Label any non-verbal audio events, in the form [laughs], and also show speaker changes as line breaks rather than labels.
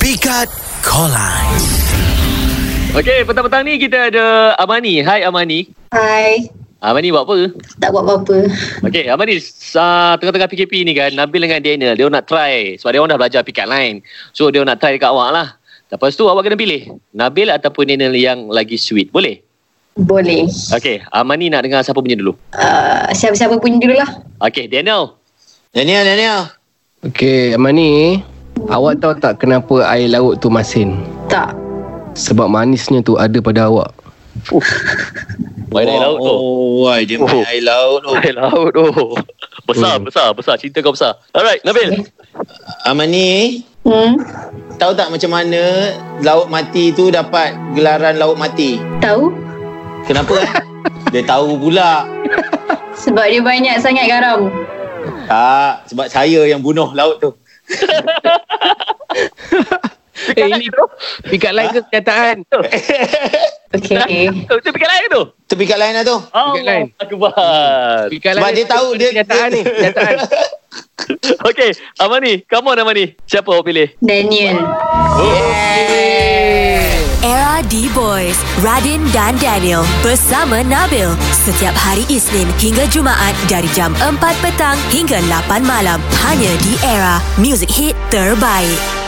Pikat Kolan.
Okey, petang-petang ni kita ada Amani. Hai Amani.
Hai,
Amani buat apa?
tak buat apa-apa.
Okey, Amani uh, tengah-tengah PKP ni kan, Nabil dengan Daniel, dia orang nak try. Sebab dia orang dah belajar pick up line. So, dia orang nak try dekat awak lah. Lepas tu, awak kena pilih. Nabil ataupun Daniel yang lagi sweet. Boleh?
Boleh.
Okey, Amani nak dengar siapa punya dulu.
Uh, siapa-siapa punya dulu lah.
Okey, Daniel.
Daniel, Daniel.
Okey, Amani, awak tahu tak kenapa air laut tu masin?
Tak.
Sebab manisnya tu ada pada awak.
Main air laut tu.
Oh, why dia main
Oh.
air laut tu.
Air laut oh. Besar,
Hmm.
besar, besar. Cinta kau besar. Alright, Nabil.
Amani,
Hmm,
tahu tak macam mana laut mati tu dapat gelaran laut mati?
tahu?
[laughs]
Kenapa? eh? dia tahu pula.
Sebab dia banyak sangat garam.
Tak, sebab saya yang bunuh laut tu.
Eh, ini pikat lain ke kenyataan?
Okay.
Tu tu pick up line tu.
Tu pikat lain lah tu.
Pick up line.
Allah Akbar.
Pikat
Sebab dia tahu dia-
kenyataan
dia-
ni, kenyataan.
Okey, Amani. Come on Amani. Siapa awak pilih?
[laughs] Daniel.
Era D-Boys, Radin dan Daniel bersama Nabil setiap hari Isnin hingga Jumaat dari jam 4 petang hingga 8 malam hanya di Era Music Hit Terbaik.